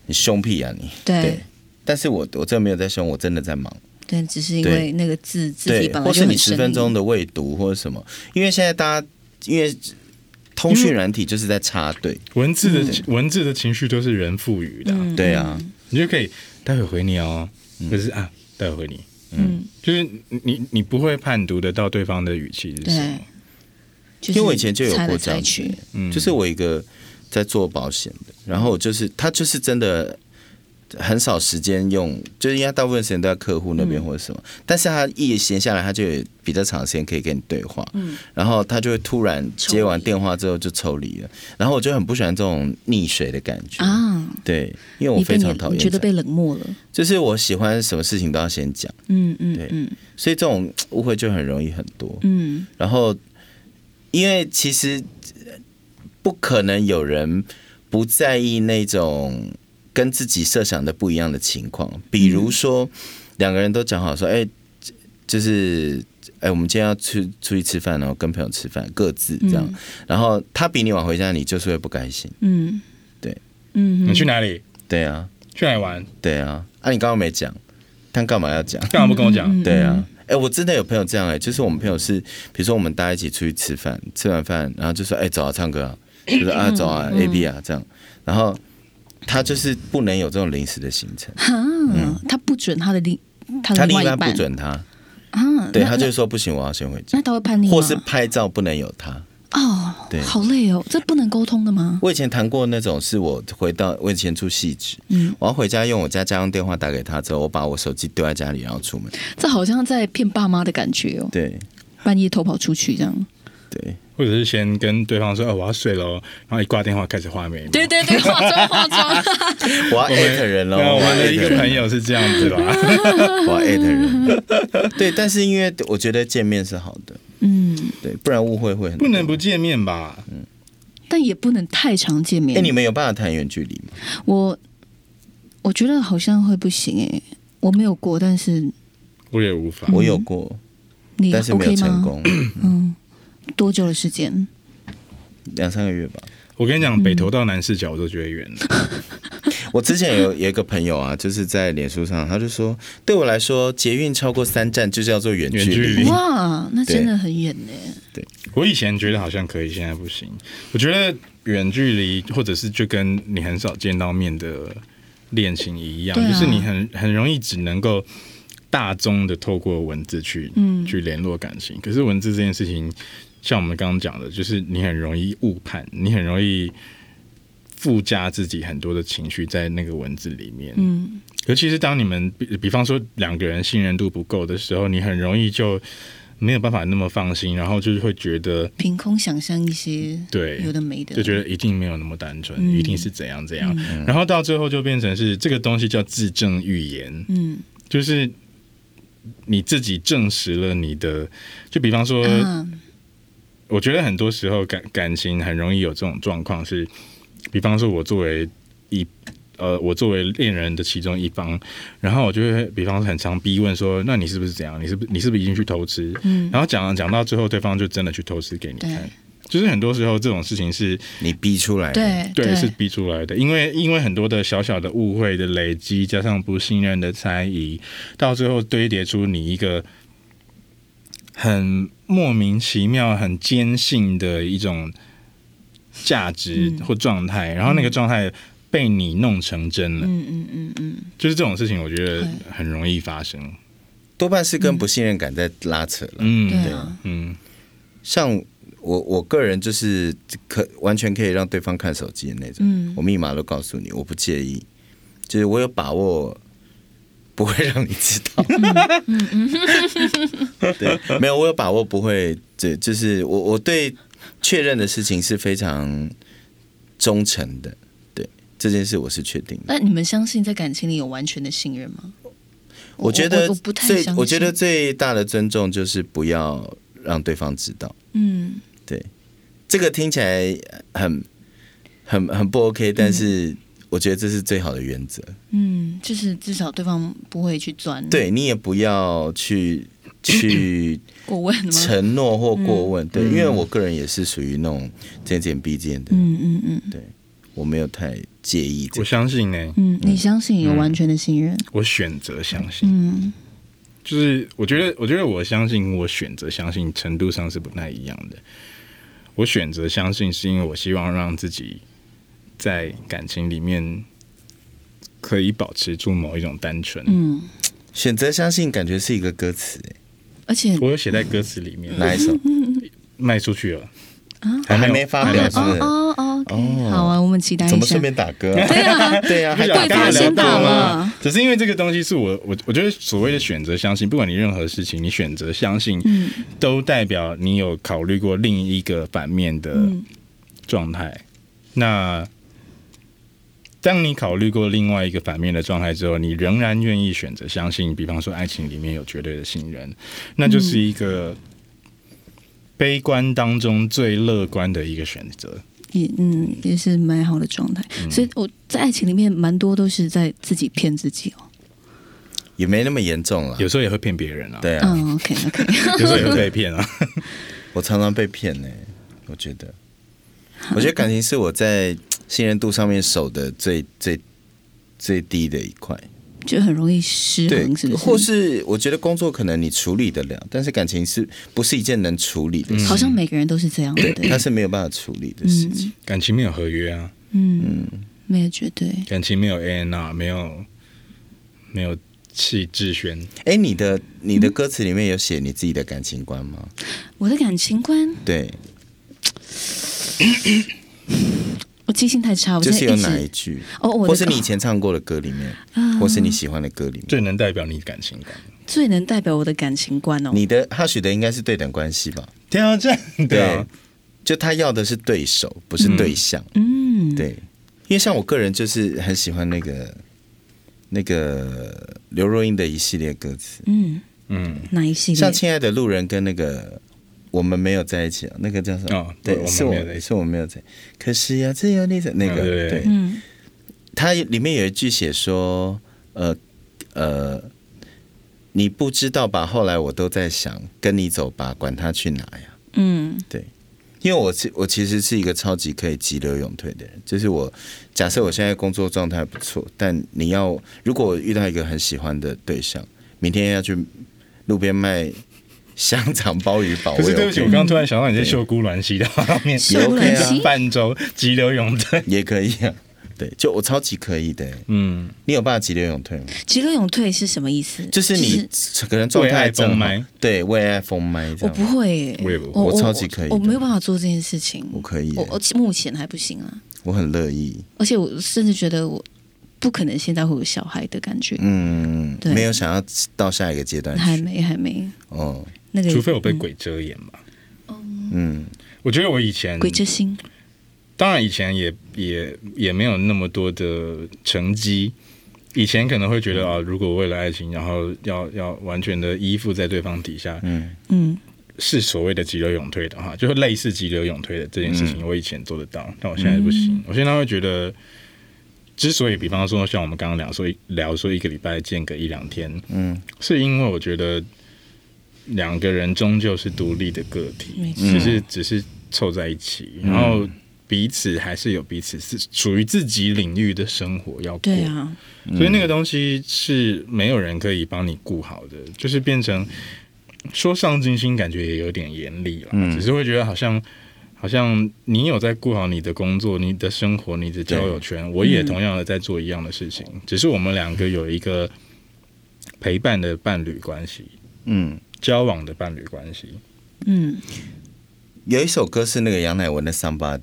Speaker 2: 你凶屁啊你。
Speaker 1: 对
Speaker 2: 但是我我真的没有在凶，我真的在忙。
Speaker 1: 对，只是因
Speaker 2: 对
Speaker 1: 为那个字自己
Speaker 2: 对，
Speaker 1: 本来
Speaker 2: 或
Speaker 1: 就是很
Speaker 2: 你
Speaker 1: 生
Speaker 2: 十
Speaker 1: 硬
Speaker 2: 分钟的未读或者什么，因为现在大家因为通讯软体就是在插队，
Speaker 3: 文字的、文字的情绪都是人赋予的啊、
Speaker 1: 嗯
Speaker 2: 对啊，
Speaker 3: 你就可以待会回你哦，就是啊，待会回你，
Speaker 1: 嗯，
Speaker 3: 就是你你你不会判读得到对方的语气是什么
Speaker 1: 对。，就是
Speaker 2: 因为我以前就有
Speaker 1: 猜来
Speaker 2: 过这
Speaker 1: 猜
Speaker 2: 样子
Speaker 1: 去
Speaker 2: 的，，就是我一个在做保险的，然后我就是他就是真的很少时间用，就是应该大部分时间都在客户那
Speaker 1: 嗯
Speaker 2: 边或者什么，但是他一闲下来，他就有比较长的时间可以跟你对话，
Speaker 1: 嗯
Speaker 2: 然后他就会突然
Speaker 1: 抽离
Speaker 2: 接完电话之后就抽离了，然后我就很不喜欢这种溺水的感觉，
Speaker 1: 啊，
Speaker 2: 对，因为嗯我
Speaker 1: 你被
Speaker 2: 非
Speaker 1: 你
Speaker 2: 常讨
Speaker 1: 你
Speaker 2: 厌
Speaker 1: 觉
Speaker 2: 这
Speaker 1: 得被
Speaker 2: 样，
Speaker 1: 冷漠了，
Speaker 2: 就是我喜欢什么事情都要先讲，
Speaker 1: 嗯嗯
Speaker 2: 对
Speaker 1: 嗯
Speaker 2: 所以这种误会就很容易很多，
Speaker 1: 嗯
Speaker 2: 然后，因为其实呃不可能有人不在意那种跟自己设想的不一样的情况，比如说、两个人都讲好说，哎，就是哎，我们今天要出出去吃饭哦，跟朋友吃饭，各自这样。
Speaker 1: 嗯
Speaker 2: 然后他比你晚回家，你就是会不开心。
Speaker 1: 嗯，
Speaker 2: 对，
Speaker 1: 嗯，
Speaker 3: 你去哪里？
Speaker 2: 对啊，
Speaker 3: 去哪里玩？
Speaker 2: 对啊，啊，你刚刚没讲，但干嘛要讲？
Speaker 3: 干嘛不跟我讲？
Speaker 1: 嗯
Speaker 2: 对啊，哎、我真的有朋友这样哎、就是我们朋友是，比如说我们大家一起出去吃饭，吃完饭然后就说，哎、走啊，唱
Speaker 1: [CLEARS THROAT]
Speaker 2: 歌啊，就是啊，
Speaker 1: 嗯
Speaker 2: 走啊，A B 啊这样，然后他就是不能有这种临时的行程，
Speaker 1: 嗯哈，他不准他的另他
Speaker 2: 嗯他
Speaker 1: 的另
Speaker 2: 另一
Speaker 1: 外
Speaker 2: 半
Speaker 1: 一半
Speaker 2: 不准他，
Speaker 1: 啊，
Speaker 2: 对，
Speaker 1: 那
Speaker 2: 他就说不行，我要先回家
Speaker 1: 那，他会叛逆吗，
Speaker 2: 或是拍照不能有他。
Speaker 1: 哦
Speaker 2: 对，
Speaker 1: 好累哦，这不能沟通的吗？
Speaker 2: 我以前谈过那种，是我回到我以前住戏职，
Speaker 1: 嗯，
Speaker 2: 我要回家用我家家用电话打给他之后，我把我手机丢在家里，然后出门。
Speaker 1: 这好像在骗爸妈的感觉哦，
Speaker 2: 对
Speaker 1: 半夜偷跑出去这样， [LAUGHS]
Speaker 2: 对，
Speaker 3: 或者是先跟对方说，哦，我要睡喽，然后一挂电话开始画眉毛。
Speaker 1: 对对对，化妆化妆，
Speaker 2: 我要
Speaker 3: 我
Speaker 2: 艾特人喽，
Speaker 3: 对啊我
Speaker 2: 要
Speaker 3: 们
Speaker 2: at
Speaker 3: 的一个
Speaker 2: 人
Speaker 3: 朋友是这样子吧？
Speaker 2: 我要艾特人。 [LAUGHS] 对，但是因为我觉得见面是好的，
Speaker 1: 嗯，
Speaker 2: 对，不然误会会很多
Speaker 3: 不能。不见面吧？
Speaker 1: [LAUGHS] 但也不能太常见
Speaker 2: 哎、
Speaker 1: 面。
Speaker 2: 你们有办法谈远距离吗？
Speaker 1: 我我觉得好像会不行哎、我没有过，但是
Speaker 3: 我也无法。
Speaker 2: 我有过，
Speaker 1: 你
Speaker 2: 但是没
Speaker 1: 嗯
Speaker 2: 有
Speaker 1: OK
Speaker 2: 成
Speaker 1: 吗？
Speaker 2: 功，
Speaker 1: 多久的时间？
Speaker 2: [CLEARS THROAT] 两三个月吧。
Speaker 3: 我跟你讲，北投到南视角我都觉得远了。
Speaker 2: 我之
Speaker 1: [LAUGHS]
Speaker 2: 前有有一个朋友啊，就是在脸书上，他就说，对我来说，捷运超过三站就叫做远
Speaker 3: 远
Speaker 2: 距
Speaker 3: 距
Speaker 2: 离
Speaker 3: 离。
Speaker 1: 哇，那真的很远呢、
Speaker 3: 我以前觉得好像可以，现在不行。我觉得远距离或者是就跟你很少见到面的恋情一样，
Speaker 1: 对啊
Speaker 3: 就是你很很容易只能够大宗的透过文字去、
Speaker 1: 嗯
Speaker 3: 去联络感情。可是文字这件事情，像我们刚刚讲的，就是你很容易误判，你很容易附加自己很多的情绪在那个文字里面。
Speaker 1: 嗯，
Speaker 3: 尤其是当你们比比方说两个人信任度不够的时候，你很容易就没有办法那么放心，然后就是会觉得
Speaker 1: 凭空想象一些
Speaker 3: 对
Speaker 1: 有，的没的，
Speaker 3: 就觉得一定没有那么单纯，
Speaker 1: 嗯
Speaker 3: 一定是怎样怎样，然后到最后就变成是这个东西叫自证预言，
Speaker 1: 嗯
Speaker 3: 就是你自己证实了你的，就比方说，
Speaker 1: 啊，
Speaker 3: 我觉得很多时候感感情很容易有这种状况是，比方说我作为一呃，我作为恋人的其中一方，然后我就会比方说很常逼问说，那你是不是怎样？你是不你是不是已经去偷吃？
Speaker 1: 嗯，
Speaker 3: 然后讲讲到最后，对方就真的去偷吃给你看
Speaker 1: 对。
Speaker 3: 就是很多时候这种事情是
Speaker 2: 你逼出来的，
Speaker 1: 对
Speaker 3: 对是逼出来的，因为因为很多的小小的误会的累积，加上不信任的猜疑，到最后堆叠出你一个很莫名其妙、很坚信的一种价值
Speaker 1: 嗯
Speaker 3: 或状态，然后那个状态被你弄成真了，
Speaker 1: 嗯嗯嗯嗯，
Speaker 3: 就是这种事情，我觉得
Speaker 1: 对
Speaker 3: 很容易发生。
Speaker 2: 多半是
Speaker 1: 嗯
Speaker 2: 跟不信任感在拉扯了。
Speaker 3: 嗯，
Speaker 1: 对啊，
Speaker 3: 嗯，
Speaker 2: 像我我个人就是可完全可以让对方看手机的那种，
Speaker 1: 嗯
Speaker 2: 我密码都告诉你，我不介意，就是我有把握不会让你知道。
Speaker 1: 嗯
Speaker 2: [LAUGHS] 对，没有，我有把握不会，这就是我我对确认的事情是非常忠诚的，对这件事我是确定的。
Speaker 1: 那你们相信在感情里有完全的信任吗？
Speaker 2: 我觉得
Speaker 1: 我不太
Speaker 2: 最
Speaker 1: 相信
Speaker 2: 我觉得最大的尊重就是不要让对方知道。
Speaker 1: 嗯，
Speaker 2: 对，这个听起来很很很不 OK，但是我觉得这是最好的原则。
Speaker 1: 嗯，就是至少对方不会去钻，
Speaker 2: 对你也不要去
Speaker 1: [COUGHS]
Speaker 2: 去
Speaker 1: 过问吗？
Speaker 2: 承诺或过
Speaker 1: 嗯
Speaker 2: 问，对，因为我个人也是属于那种见见必见的，
Speaker 1: 嗯嗯嗯
Speaker 2: 我没有太介意这
Speaker 3: 我
Speaker 2: 个。
Speaker 3: 相信呢、
Speaker 1: 嗯，你相信有完全的信任？
Speaker 3: 我选择相信。
Speaker 1: 嗯
Speaker 3: 就是我觉得，我觉得我相信跟我选择相信程度上是不太一样的。我选择相信是因为我希望让自己在感情里面可以保持住某一种单纯。
Speaker 1: 嗯，
Speaker 2: 选择相信感觉是一个歌词，哎
Speaker 1: 而且
Speaker 3: 我有写在歌词里
Speaker 1: 嗯
Speaker 3: 面，
Speaker 2: 哪一首？
Speaker 3: 卖出去了，
Speaker 2: 还没发表是
Speaker 1: 哦
Speaker 2: 不是？
Speaker 1: 哦哦
Speaker 2: 哦
Speaker 1: ，OK，好啊，我们期待
Speaker 2: 怎
Speaker 1: 一
Speaker 2: 么
Speaker 1: 下
Speaker 2: 顺。便打
Speaker 1: [LAUGHS]
Speaker 2: 歌、啊？对啊，对啊，还
Speaker 1: 对
Speaker 2: 歌
Speaker 1: 大家先打
Speaker 2: 聊
Speaker 1: 啊
Speaker 2: 过吗？
Speaker 1: 了，
Speaker 3: 只是因为这个东西是我我我觉得所谓的选择相信，不管你任何事情，你选择相信，
Speaker 1: 嗯
Speaker 3: 都代表你有考虑过另一个反面的
Speaker 1: 嗯
Speaker 3: 状态。那当你考虑过另外一个反面的状态之后，你仍然愿意选择相信，比方说爱情里面有绝对的信任，那就是一个
Speaker 2: 嗯
Speaker 3: 悲观当中最乐观的一个选择。
Speaker 1: 也嗯也是蛮好的状态。
Speaker 2: 嗯
Speaker 1: 所以我在爱情里面蛮多都是在自己骗自己哦。
Speaker 2: 也没那么严重了
Speaker 3: 有。时候也会骗别人啊，
Speaker 2: 对啊，
Speaker 1: 嗯，OK
Speaker 2: [LAUGHS]
Speaker 1: OK，
Speaker 3: 有时候也会被骗啊。 [LAUGHS]
Speaker 2: 我常常被骗呢、我觉得，我觉得感情是我在信任度上面守的最最最低的一块，
Speaker 1: [LAUGHS] 就很容易失
Speaker 2: 对
Speaker 1: 衡，是，不是？
Speaker 2: 或是我觉得工作可能你处理得了，但是感情是不是一件能处理的事？
Speaker 1: 好像每个人都是这样，对不
Speaker 2: 它
Speaker 1: 对？
Speaker 2: 是没有办法处理的事情。
Speaker 3: 感情没有合约啊，
Speaker 1: 嗯，没有绝对。
Speaker 3: 感情没有 A N 啊 R，没有没有气质轩，
Speaker 2: 哎、你的你
Speaker 1: 嗯
Speaker 2: 的歌词里面有写你自己的感情观吗？
Speaker 1: 我的感情观，
Speaker 2: 对，
Speaker 1: 我记性太差，我
Speaker 2: 就
Speaker 1: 哦现在
Speaker 2: 是有
Speaker 1: 一
Speaker 2: 哪一
Speaker 1: 直
Speaker 2: 句，
Speaker 1: 哦，我的嗯啊
Speaker 2: 或是你以前唱过的歌里面，或是你喜欢的歌里面，
Speaker 3: 最能代表你感情观。
Speaker 1: 最能代表我的感情观哦。
Speaker 2: 你的他许的应该是对等关系吧？
Speaker 3: 挑战啊的，
Speaker 2: 就他要的是对手，不是对象。
Speaker 1: 嗯，
Speaker 2: 对，因为像我个人就是很喜欢那个那个刘若英的一系列歌词，
Speaker 1: 嗯，
Speaker 3: 嗯，
Speaker 1: 哪一系列？
Speaker 2: 像《亲爱的路人》跟那个我们没有在一起啊，那个叫什么？
Speaker 3: 哦我
Speaker 2: 对，
Speaker 3: 们
Speaker 2: 是
Speaker 3: 没有在一
Speaker 2: 我
Speaker 3: 起
Speaker 2: 是我没有在，可是呀，只有你在那个、
Speaker 3: 嗯对
Speaker 2: 对，
Speaker 1: 嗯
Speaker 2: 它里面有一句写说，呃呃。你不知道吧？后来我都在想，跟你走吧，管他去哪呀。
Speaker 1: 嗯
Speaker 2: 对，因为我是我其实是一个超级可以急流勇退的人，就是我假设我现在工作状态不错，但你要如果我遇到一个很喜欢的对象，明天要去路边卖香肠鲍鱼堡，
Speaker 3: 可是
Speaker 2: 我
Speaker 3: 对哦不起，我刚刚突然想到你是秀姑峦溪的画面，
Speaker 1: 秀姑峦溪
Speaker 3: 泛舟急流勇
Speaker 2: [LAUGHS]
Speaker 3: 退。
Speaker 2: 也可以啊。对，就我超级可以的、
Speaker 3: 嗯，
Speaker 2: 你有办法急流勇退吗？
Speaker 1: 急流勇退是什么意思？
Speaker 2: 就是你可能状态正
Speaker 3: 为爱
Speaker 2: 好
Speaker 3: 疯，
Speaker 2: 对，为爱疯麦这
Speaker 1: 我
Speaker 2: 样
Speaker 1: 不。会耶、
Speaker 3: 我也不会
Speaker 2: 我超级可以的
Speaker 1: 我没有办法做这件事情。
Speaker 2: 我可以耶、啊
Speaker 1: 我我目前还不行啊，
Speaker 2: 我很乐意。
Speaker 1: 而且我甚至觉得我不可能现在会有小孩的感觉，
Speaker 2: 嗯，
Speaker 1: 对
Speaker 2: 没有想要到下一个阶段
Speaker 1: 还
Speaker 2: 去。
Speaker 1: 没还没
Speaker 2: 哦，
Speaker 1: 那个，
Speaker 3: 除非我被鬼遮眼吧。
Speaker 2: 嗯，
Speaker 3: 我觉得我以前
Speaker 1: 鬼遮心，
Speaker 3: 当然以前也也也没有那么多的成绩，以前可能会
Speaker 1: 嗯
Speaker 3: 觉得啊，如果为了爱情，然后要要完全的依附在对方底下，
Speaker 1: 嗯，
Speaker 3: 是所谓的急流勇退的哈，就是类似急流勇退的这件事
Speaker 1: 嗯
Speaker 3: 情，我以前做得到，但我现在不行。我现在会觉得，之所以比方说像我们刚刚聊说聊说一个礼拜间隔一两天，
Speaker 2: 嗯，
Speaker 3: 是因为我觉得两个人终究是独立的个体
Speaker 1: 没，错
Speaker 3: 只是只是凑在一起，然后彼此还是有彼此是属于自己领域的生活要过，
Speaker 1: 对啊，
Speaker 2: 嗯
Speaker 3: 所以那个东西是没有人可以帮你顾好的，就是变成说上进心，感觉也有点严厉了，
Speaker 2: 嗯
Speaker 3: 只是会觉得好像。好像你有在顾好你的工作、你的生活、你的交友圈，
Speaker 2: 嗯
Speaker 3: 我也同样的在做一样的事情，只是我们两个有一个陪伴的伴侣关系、
Speaker 2: 嗯，
Speaker 3: 交往的伴侣关系。
Speaker 1: 嗯，
Speaker 2: 有一首歌是那个杨乃文的《Somebody》，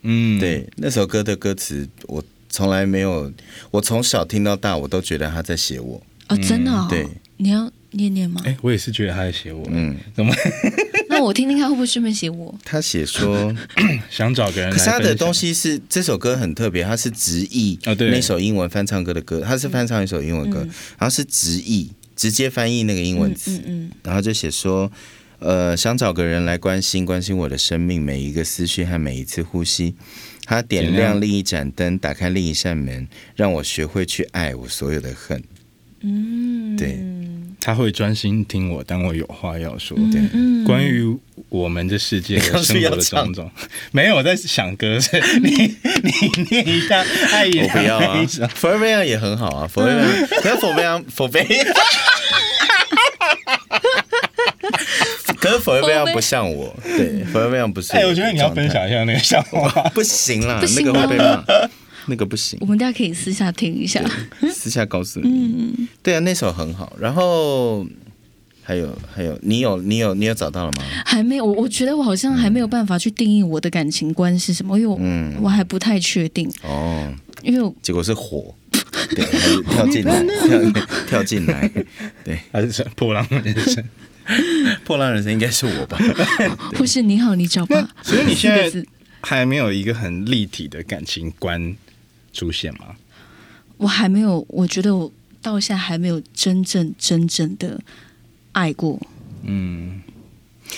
Speaker 3: 嗯，
Speaker 2: 对，那首歌的歌词我从来没有，我从小听到大，我都觉得他在写我。
Speaker 1: 哦，
Speaker 3: 嗯
Speaker 1: 真的、哦
Speaker 2: 对，
Speaker 1: 你要念念吗？
Speaker 3: 哎、我也是觉得他在写我，
Speaker 2: 嗯，
Speaker 1: 那我听听看会不会顺便写我？
Speaker 2: 他写说，
Speaker 3: [LAUGHS] 想找个人来
Speaker 2: 可是他的
Speaker 3: 分享
Speaker 2: 东西是这首歌很特别，他是直译
Speaker 3: 啊对
Speaker 2: 那首英文翻唱歌的歌，他是翻唱一首英文歌，然后是直译，直接翻译那个英文
Speaker 1: 嗯
Speaker 2: 词，
Speaker 1: 嗯嗯，
Speaker 2: 然后就写说，呃，想找个人来关心关心我的生命每一个思绪和每一次呼吸。他点
Speaker 3: 点亮
Speaker 2: 亮另一盏灯，打开另一扇门，让我学会去爱我所有的恨。嗯，对，
Speaker 3: 他会专心听我，当我有话要说。
Speaker 2: 对
Speaker 1: 嗯
Speaker 3: 关于我们的世界和生活的种种， [LAUGHS] 没有我在想
Speaker 1: [LAUGHS]
Speaker 3: 歌是你你念一下爱也
Speaker 2: 我不要啊
Speaker 3: 一下
Speaker 2: ，Forever Young 也很好啊，Forever，可
Speaker 3: 嗯
Speaker 2: 是 Forever Young，Forever Young。可是 Forever Young 不像我，对，Forever Young 不是。
Speaker 3: [LAUGHS] 哎、我觉得你要分享一下那个笑话，
Speaker 2: 不行啦
Speaker 1: 不，
Speaker 2: 那
Speaker 1: 行
Speaker 2: 个
Speaker 1: 吗
Speaker 2: 会被骂，那个不行
Speaker 1: 我。们大家可以私下听一下，
Speaker 2: [LAUGHS] 私下告诉你。
Speaker 1: 嗯
Speaker 2: 对啊，那首很好。然后还有还有，你有你有你有找到了吗？
Speaker 1: [LAUGHS] 还没有，我我觉得我好像还没有办法去定义我的感情观是什么，因为我、
Speaker 2: 嗯
Speaker 1: 我还不太确定，
Speaker 2: 哦，
Speaker 1: 因为我
Speaker 2: 结果是火， [LAUGHS] 对，还是跳进来，跳跳进来。对，
Speaker 3: 还是破浪人生？
Speaker 2: [LAUGHS] 破浪人生应该是我吧？
Speaker 1: 或是你好，你找吧。
Speaker 3: 所以你现
Speaker 1: 四个
Speaker 3: 在
Speaker 1: 字
Speaker 3: 还没有一个很立体的感情观出现吗？
Speaker 1: 我还没有，我觉得我到现在还没有真正真正的爱过，
Speaker 3: 嗯，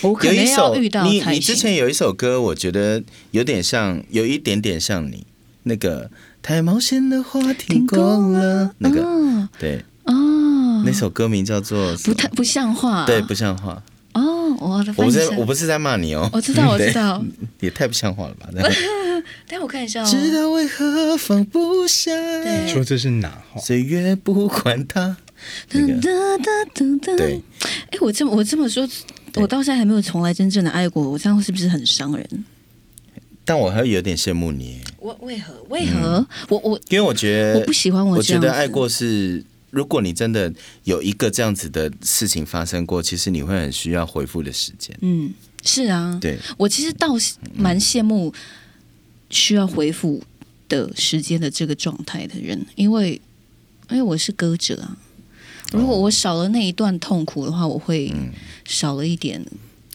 Speaker 1: 我可
Speaker 2: [LAUGHS] 有
Speaker 1: 能
Speaker 2: 一
Speaker 1: 要
Speaker 2: 首
Speaker 1: 遇到
Speaker 2: 你
Speaker 1: 才
Speaker 2: 你之
Speaker 1: 行。
Speaker 2: 前有一首歌，我觉得有点像，有一点点像你那个太冒险的话停工了那个。
Speaker 1: 哦
Speaker 2: 对，
Speaker 1: 哦，
Speaker 2: 那首歌名叫做什
Speaker 1: 不
Speaker 2: 么
Speaker 1: 太不像话，
Speaker 2: 对不像话。
Speaker 1: 哦，我的翻
Speaker 2: 我不
Speaker 1: 译一
Speaker 2: 是
Speaker 1: 下
Speaker 2: 我不是在骂你哦，
Speaker 1: 我知道我知道
Speaker 2: [LAUGHS] 对，也太不像话了
Speaker 1: [LAUGHS]
Speaker 2: 吧？这样
Speaker 1: 等一下我看一下哦，
Speaker 2: 知道为何放不下，
Speaker 1: 对
Speaker 3: 你说这是哪话？
Speaker 2: 岁月不管它。那
Speaker 1: 噔
Speaker 2: 个
Speaker 1: 噔噔噔
Speaker 2: 对
Speaker 1: 噔，哎，我这么我这么说，我到现在还没有从来真正的爱过，我这样是不是很伤人？
Speaker 2: 但我还有点羡慕你，
Speaker 1: 我为何为何我我
Speaker 2: 因为我觉得
Speaker 1: 我不喜欢我
Speaker 2: 我
Speaker 1: 这
Speaker 2: 觉
Speaker 1: 样子
Speaker 2: 得爱过是，如果你真的有一个这样子的事情发生过，其实你会很需要回复的时间。
Speaker 1: 嗯是啊，
Speaker 2: 对，
Speaker 1: 我其实倒蛮羡慕需要回复的时间的这个状态的人，因为因为我是歌者啊。如果我少了那一段痛苦的话，我会少了一点。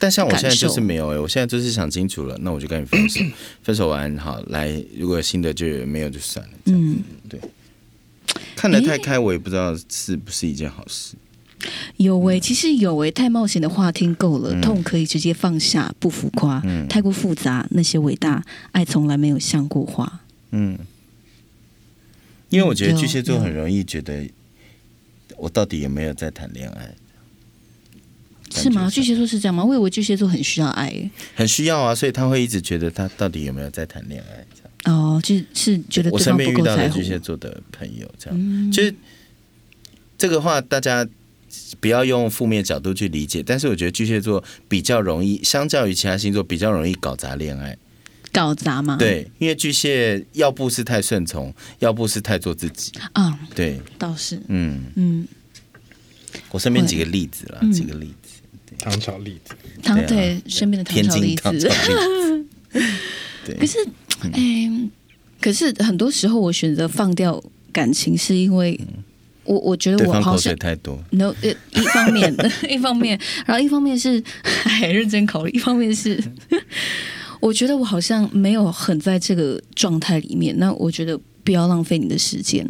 Speaker 2: 但像我现在就
Speaker 1: 感
Speaker 2: 是
Speaker 1: 受
Speaker 2: 没有哎、我现在就是想清楚了，那我就跟你分
Speaker 1: [CLEARS THROAT]
Speaker 2: 手，分手完好来，如果有新的就有没有就算了。
Speaker 1: 嗯，
Speaker 2: 看得太开，我也不知道是不是一件好事。
Speaker 1: 有诶、其实有诶、太冒险的话听够了，痛可以直接放下，不浮夸。太过复杂，那些伟大，爱从来没有像过话。
Speaker 2: 嗯，因为我觉得
Speaker 1: 有
Speaker 2: 巨蟹座很容易觉得我到底有没有在谈恋爱，
Speaker 1: 是吗？
Speaker 2: 感觉
Speaker 1: 巨蟹座是这样吗？我以为巨蟹座很需要爱耶
Speaker 2: 很需要啊，所以他会一直觉得他到底有没有在谈恋爱这样。
Speaker 1: 哦，就是是觉得
Speaker 2: 我
Speaker 1: 对
Speaker 2: 身
Speaker 1: 方
Speaker 2: 边
Speaker 1: 不
Speaker 2: 遇
Speaker 1: 够
Speaker 2: 到的
Speaker 1: 在乎嗯
Speaker 2: 巨。蟹座的朋友这样，就是这个话大家不要用负面角度去理解，但是我觉得巨蟹座比较容易，相较于其他星座比较容易搞砸恋爱。
Speaker 1: 搞砸吗？
Speaker 2: 对，因为巨蟹要不是太顺从，要不是太做自己。
Speaker 1: 啊，
Speaker 2: 对，
Speaker 1: 倒是
Speaker 2: 嗯，
Speaker 1: 嗯，
Speaker 2: 我身边几个例子啦，几个例子，
Speaker 3: 糖炒栗子，
Speaker 1: 唐
Speaker 2: 对啊
Speaker 1: 对身边的唐
Speaker 2: 天
Speaker 1: 朝
Speaker 2: 津
Speaker 1: 例
Speaker 2: 糖
Speaker 1: 子
Speaker 2: 炒栗，子。
Speaker 1: [LAUGHS]
Speaker 2: 对，
Speaker 1: 可是，
Speaker 2: 嗯
Speaker 1: 哎、可是很多时候我选择放掉感情，是因为我我觉得
Speaker 2: 嗯对
Speaker 1: 我
Speaker 2: 方
Speaker 1: 好
Speaker 2: 口
Speaker 1: 想
Speaker 2: 水太多，
Speaker 1: no，呃，一方面， [LAUGHS] 一方面，然后一方面是 [LAUGHS] 哎认真考虑，一方面是我觉得我好像没有很在这个状态里面。那我觉得不要浪费你的时间。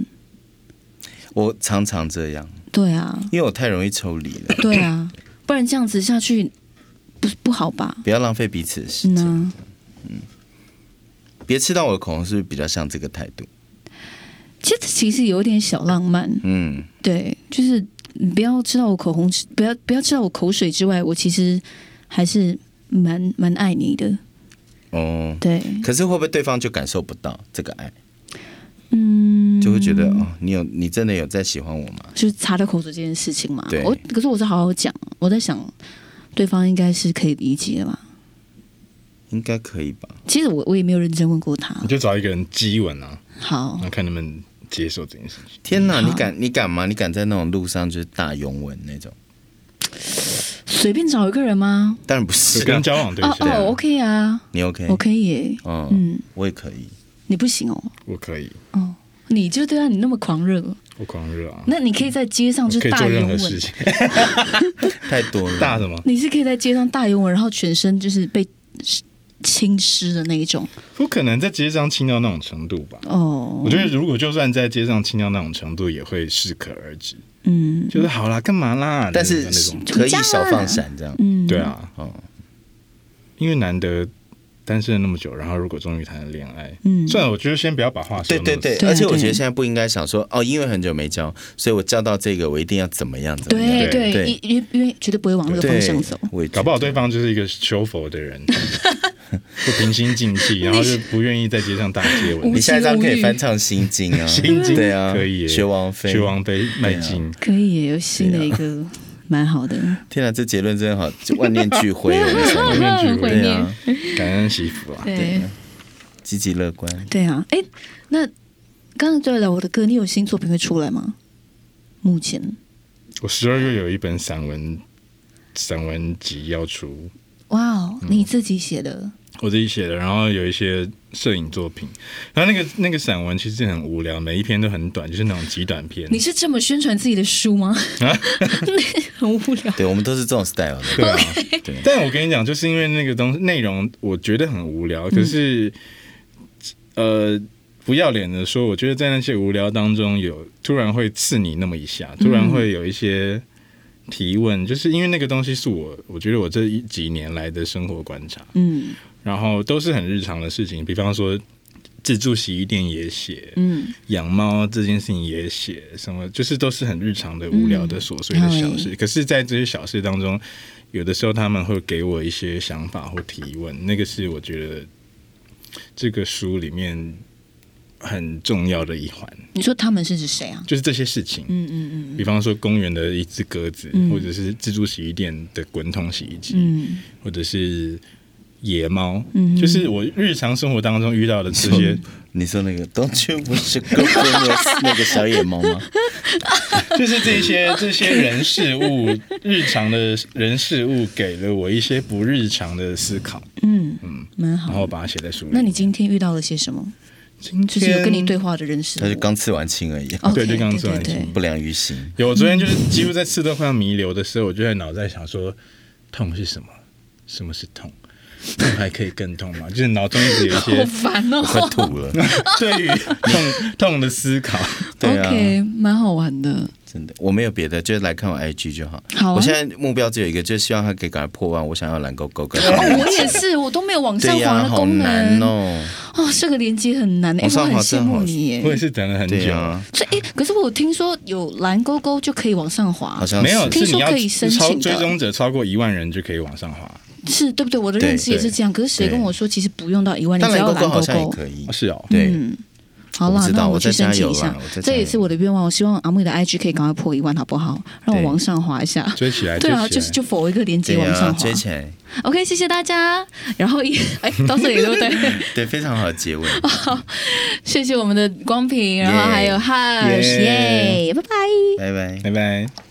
Speaker 2: 我常常这样，
Speaker 1: 对
Speaker 2: [COUGHS]
Speaker 1: 啊，
Speaker 2: 因为我太容易抽离了，
Speaker 1: 对啊，不然这样子下去不不好吧？
Speaker 2: 不要浪费彼此的时
Speaker 1: 嗯
Speaker 2: 间。
Speaker 1: 啊，
Speaker 2: 别吃到我的口红，是不是比较像这个态度？
Speaker 1: 其实其实有点小浪漫。
Speaker 2: 嗯，
Speaker 1: 对，就是你不要吃到我口红，不要不要吃到我口水之外，我其实还是蛮蛮爱你的。
Speaker 2: 哦。
Speaker 1: 对，
Speaker 2: 可是会不会对方就感受不到这个爱，
Speaker 1: 嗯，
Speaker 2: 就会觉得、哦，你有你真的有在喜欢我吗？
Speaker 1: 就是擦掉口水这件事情嘛。
Speaker 2: 对
Speaker 1: 我可是我是好好讲，我在想对方应该是可以理解的吧。
Speaker 2: 应该可以吧？
Speaker 1: 其实我我也没有认真问过他
Speaker 3: 你。就找一个人激吻啊，
Speaker 1: 好
Speaker 3: 然，后看能不能接受这件事情。
Speaker 2: 天哪，
Speaker 1: 嗯
Speaker 2: 你敢你敢吗？你敢在那种路上就是大拥吻那种？
Speaker 1: 随便找一个人吗？
Speaker 2: 当然不是、
Speaker 3: 有跟
Speaker 2: 啊，
Speaker 3: 交往对
Speaker 1: 哦
Speaker 3: 象，
Speaker 2: 啊
Speaker 1: 哦，OK 啊，
Speaker 2: 你 OK？
Speaker 1: 我可以耶。
Speaker 2: 哦
Speaker 1: 嗯，
Speaker 2: 我也可以。
Speaker 1: 你不行哦。
Speaker 3: 我可以，
Speaker 1: 哦，你就对啊，你那么狂热，
Speaker 3: 我狂热啊，
Speaker 1: 那你可以在街上
Speaker 3: 我
Speaker 1: 就
Speaker 3: 可以
Speaker 1: 大
Speaker 3: 做任
Speaker 1: 拥
Speaker 3: 何
Speaker 1: 吻
Speaker 3: 事。情。
Speaker 2: 太多了。
Speaker 3: 大什么？
Speaker 1: 你是可以在街上大拥吻，然后全身就是被浸湿的那一种
Speaker 3: 不可能在街上亲到那种程度吧？
Speaker 1: 哦
Speaker 3: 我。觉得如果就算在街上亲到那种程度，也会适可而止。
Speaker 1: 嗯
Speaker 3: 就是好啦，干嘛啦？
Speaker 2: 但是
Speaker 3: 那种，
Speaker 2: 可以少放闪这样。
Speaker 1: 啊嗯，
Speaker 3: 对，啊，
Speaker 2: 哦，
Speaker 3: 因为难得单身了那么久，然后如果终于谈了恋爱，
Speaker 1: 嗯，
Speaker 3: 算了，我觉得先不要把话
Speaker 2: 对
Speaker 3: 说那么死。
Speaker 2: 对对，
Speaker 1: 对啊
Speaker 2: 而且我觉
Speaker 1: 对
Speaker 2: 得现在不应该想说哦，因为很久没交，所以我叫到这个，我一定要怎么样怎么
Speaker 1: 对
Speaker 2: 样。
Speaker 1: 对
Speaker 2: 对，
Speaker 1: 因因因为绝对不会往那个
Speaker 2: 对
Speaker 1: 方向走。
Speaker 2: 我也觉得
Speaker 3: 搞不好对方就是一个修佛的人，不平心静
Speaker 2: [LAUGHS]
Speaker 3: 气，然后就不愿意在街上大接吻
Speaker 1: 无
Speaker 2: 你。下一张可
Speaker 1: 无
Speaker 2: 以
Speaker 1: 欲
Speaker 2: 翻唱《心经》啊，《
Speaker 3: 心经
Speaker 2: 对啊，
Speaker 3: 可以耶
Speaker 2: 学王菲，
Speaker 3: 学王妃迈进，
Speaker 1: 可以耶有新的一个，蛮好的，
Speaker 2: 天哪，这结论真好，就万念俱灰，我
Speaker 1: 啊
Speaker 3: [LAUGHS]
Speaker 2: 跟你说
Speaker 1: [LAUGHS]
Speaker 3: 怀念聚
Speaker 1: 很怀
Speaker 3: 会，
Speaker 2: 对
Speaker 1: 念
Speaker 2: 啊，
Speaker 3: 感恩惜福啊！
Speaker 1: 对
Speaker 2: 积极乐观。
Speaker 1: 对啊。哎，那刚刚就聊我的歌，你有新作品会出来吗？目前
Speaker 3: 我十二月有一本散文散文集要出，
Speaker 1: 哇哦，
Speaker 3: 嗯
Speaker 1: 你自己写的
Speaker 3: 我自己写的，然后有一些摄影作品。然后那个那个散文其实很无聊，每一篇都很短，就是那种极短篇。
Speaker 1: 你是这么宣传自己的书
Speaker 2: [LAUGHS]
Speaker 1: 吗？ [LAUGHS] 很无聊。
Speaker 2: 对，我们都是这种 style
Speaker 3: 对
Speaker 2: 的。
Speaker 3: [LAUGHS] 啊，
Speaker 2: 对
Speaker 3: 但我跟你讲，就是因为那个东西内容，我觉得很无聊。可是，呃，不要脸的说，我觉得在那些无聊当中有，突然会刺你那么一下，突然会有一些提问，就是因为那个东西是我，我觉得我这一几年来的生活观察，
Speaker 1: 嗯
Speaker 3: 然后都是很日常的事情，比方说自助洗衣店也写，
Speaker 1: 嗯，
Speaker 3: 养猫这件事情也写，什么就是都是很日常的、无聊的、琐碎的小
Speaker 1: 嗯
Speaker 3: 事。可是，在这些小事当中，有的时候他们会给我一些想法或提问，那个是我觉得这个书里面很重要的一环，
Speaker 1: 你说他们是指谁啊？
Speaker 3: 就是这些事情。
Speaker 1: 嗯嗯嗯
Speaker 3: 比方说，公园的一只鸽子，
Speaker 1: 嗯
Speaker 3: 或者是自助洗衣店的滚筒洗衣机，
Speaker 1: 嗯。
Speaker 3: 或者是野猫，
Speaker 1: 嗯
Speaker 3: 就是我日常生活当中遇到的这些，
Speaker 2: 你说那个 Don't you wish you could be 那个小野猫吗？
Speaker 3: 就是这些这些人事物，日常的人事物给了我一些不日常的思考，
Speaker 1: 嗯，蛮
Speaker 3: 然
Speaker 1: 好
Speaker 3: 后。把它写在书里。
Speaker 1: 那你今天遇到了些什么？
Speaker 3: 今
Speaker 1: 就是有
Speaker 3: 天
Speaker 1: 跟你对话的人是
Speaker 2: 他就刚刺完青而已，
Speaker 1: 哦，
Speaker 3: 对就刚刚
Speaker 1: 对
Speaker 3: 做完
Speaker 1: 对
Speaker 3: 一些
Speaker 1: 对，
Speaker 2: 不良于行。
Speaker 3: 有，我昨天就是几乎在刺都快要弥留的时候，我就在脑袋想说，痛是什么？什么是痛？痛还可以更痛吗？就是脑中一直
Speaker 1: [LAUGHS]
Speaker 3: 有一
Speaker 1: 好
Speaker 3: 些
Speaker 1: 烦哦
Speaker 2: 我。快吐了，
Speaker 3: 对于痛痛的思考。
Speaker 2: [LAUGHS] 对啊
Speaker 1: OK，蛮好玩的。
Speaker 2: 真的，我没有别的，就是来看我 IG 就好。
Speaker 1: 好啊
Speaker 2: 我现在目标只有一个，就是希望他可以赶快破万。我想要蓝勾
Speaker 1: [LAUGHS]
Speaker 2: 勾跟
Speaker 1: 哦，我也是，我都没有往上
Speaker 2: 对呀、
Speaker 1: 滑的
Speaker 2: 好
Speaker 1: 功
Speaker 2: 难
Speaker 1: 能。
Speaker 2: 哦。
Speaker 1: 哦，这个连接很难，哎、我
Speaker 2: 往上
Speaker 1: 很
Speaker 2: 滑
Speaker 1: 羡
Speaker 2: 真好
Speaker 1: 慕你耶
Speaker 3: 我。也是等了很
Speaker 2: 对啊
Speaker 3: 久。
Speaker 2: 呀、
Speaker 1: 这哎、可是我听说有蓝勾勾就可以往上滑
Speaker 2: 好，像是
Speaker 3: 没有，
Speaker 1: 听
Speaker 3: 是
Speaker 1: 说
Speaker 3: 你要
Speaker 1: 可以申请
Speaker 3: 超
Speaker 1: 的
Speaker 3: 追踪者超过一万人就可以往上滑。
Speaker 1: 是对不对？我的
Speaker 2: 对
Speaker 1: 认知也是
Speaker 2: 对
Speaker 1: 这样。可是谁
Speaker 2: 对
Speaker 1: 跟我说，其实不用到一万，你
Speaker 2: 但
Speaker 1: 只
Speaker 2: 蓝
Speaker 1: 要
Speaker 2: 勾
Speaker 1: 蓝
Speaker 2: 勾
Speaker 1: 勾
Speaker 2: 好像也
Speaker 1: 勾。
Speaker 2: 可以。
Speaker 3: 是哦，
Speaker 2: 对，
Speaker 1: 嗯，好啦
Speaker 2: 我，知道
Speaker 1: 那
Speaker 2: 我
Speaker 1: 去
Speaker 2: 再
Speaker 1: 申
Speaker 2: 加
Speaker 1: 请
Speaker 2: 油
Speaker 1: 一
Speaker 2: 啦
Speaker 1: 下
Speaker 2: 我再加，油
Speaker 1: 这也是我的愿望。我希望阿木的 IG 可以赶快破一万，好不好？让我
Speaker 2: 对
Speaker 1: 往上滑一下。
Speaker 3: 追起来，
Speaker 1: 对啊，
Speaker 3: 追起
Speaker 1: 就
Speaker 3: 来
Speaker 1: 是就否一个连接
Speaker 2: 对啊
Speaker 1: 往
Speaker 2: 呀、
Speaker 1: 上滑
Speaker 2: 追。起来，
Speaker 1: OK，谢谢大家。然后也
Speaker 2: [LAUGHS]
Speaker 1: 哎，到这里对不对？
Speaker 2: 对，非常好的结尾。
Speaker 1: 哦
Speaker 2: [LAUGHS]
Speaker 1: 谢谢我们的光平，然后还有 Hush，
Speaker 3: 耶
Speaker 1: 耶，拜拜。
Speaker 2: 拜拜。
Speaker 3: 拜拜。